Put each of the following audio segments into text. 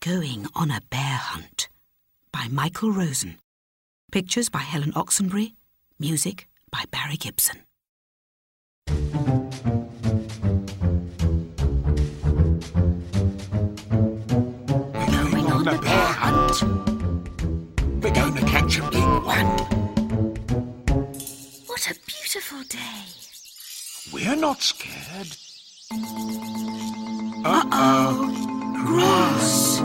Going on a Bear Hunt by Michael Rosen. Pictures by Helen Oxenbury. Music by Barry Gibson. We're going on a bear hunt. We're going to catch a big one. What a beautiful day. We're not scared. Uh oh. Grass.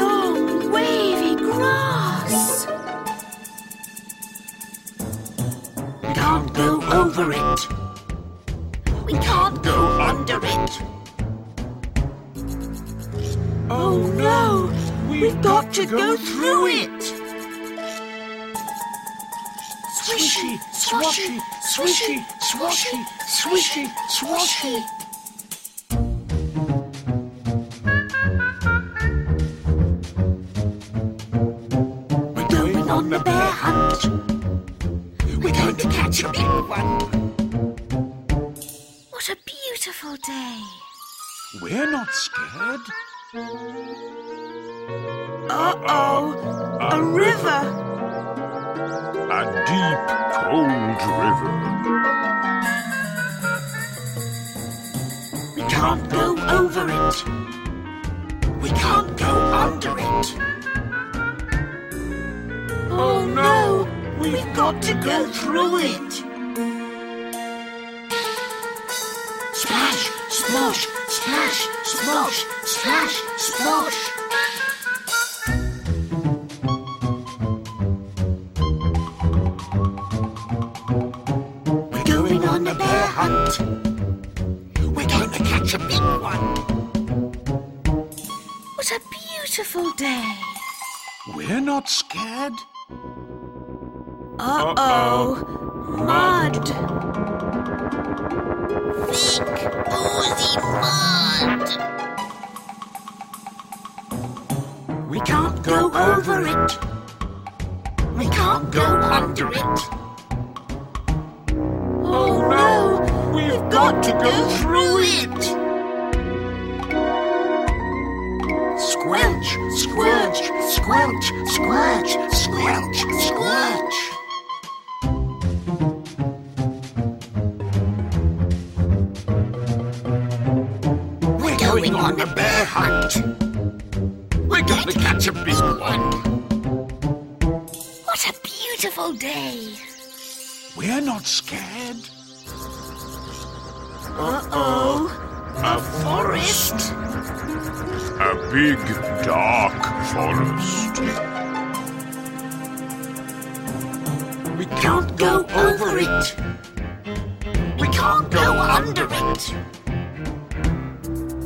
Long, wavy grass. Can't go over it. We can't Go under it. Oh no! We've got to go through it! Swishy, swashy, swishy, swashy, swishy, swashy. We're going on a bear hunt. We're going to catch a big one. What a beautiful day! We're not scared. Uh oh! A river! A deep, cold river. We can't go over it. We can't go under it. Oh no! We've got to go through it! Splash, splosh, splash, splosh, splash, splosh. We're going on a bear hunt. We're going to catch a big one. What a beautiful day! We're not scared. Uh oh! Mud! Thick, oozy mud! We can't go over it. We can't go under it. Oh no! We've got to go through it! Squelch, squelch, squelch, squelch, squelch, squelch. We're going on a bear hunt. We're going to catch a big one. What a beautiful day! We're not scared. Uh oh! A forest. A big, dark forest. We can't go over it. We can't go under it.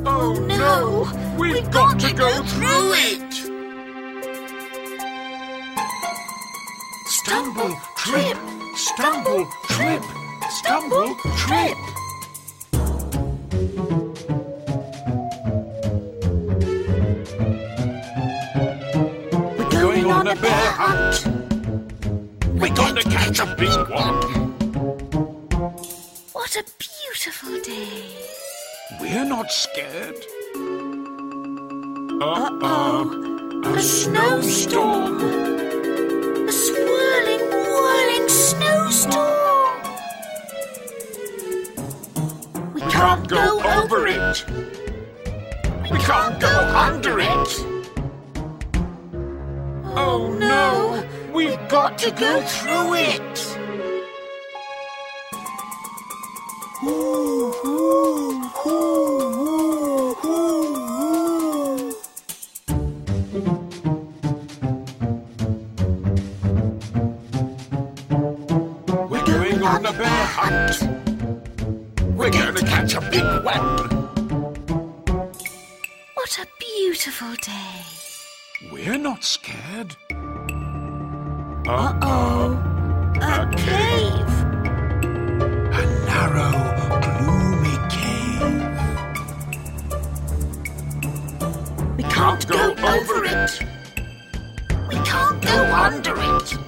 Oh No! We've got to go through it. Stumble, trip, stumble, trip, stumble, trip. We're going on a bear hunt. We're going to catch a big one. What a beautiful day! We're not scared. A snowstorm! A swirling, whirling snowstorm! We can't go over it. We can't go under it. Oh no! We've got to go through it. Ooh, ooh, ooh, ooh, ooh, ooh. We're going on a bear hunt. We're going to catch a big one. What a beautiful day! We're not scared. A cave! A narrow, gloomy cave. We can't go over it! We can't go under it!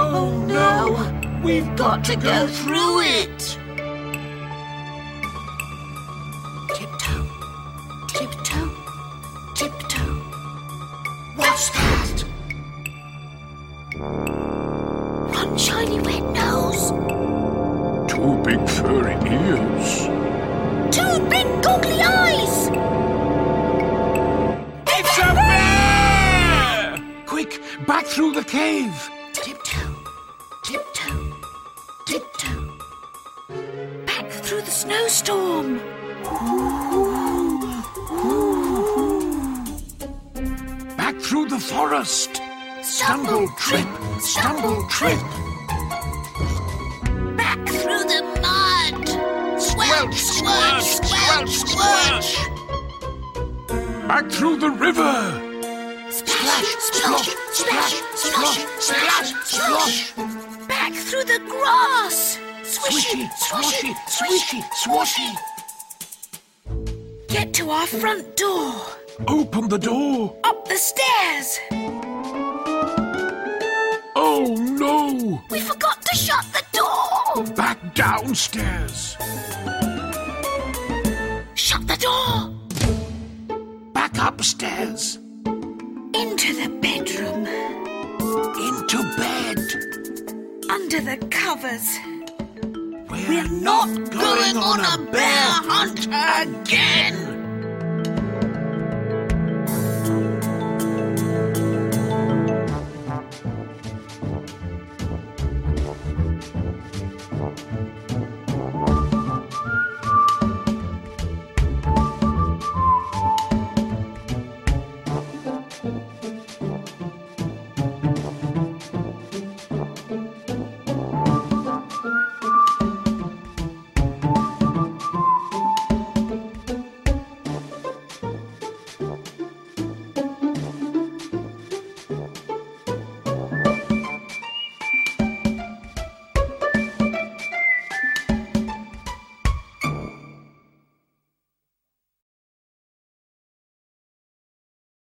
Oh no. We've got to Go through it! Tiptoe, back through the cave. Tiptoe, tiptoe, tiptoe. Back through the snowstorm. Back through the forest. Stumble, trip, stumble, trip. Back through the mud. Squelch, squelch, squelch, squelch. Back through the river. Splash, splash, splash, splash, splash, splash. Back through the grass. Swishy, swishy, swishy, swishy. Get to our front door. Open the door. Up the stairs. Oh no! We forgot to shut the door. Back downstairs. Shut the door. Back upstairs. Into the bedroom. Into bed. Under the covers. We're, We're not going on a bear hunt again.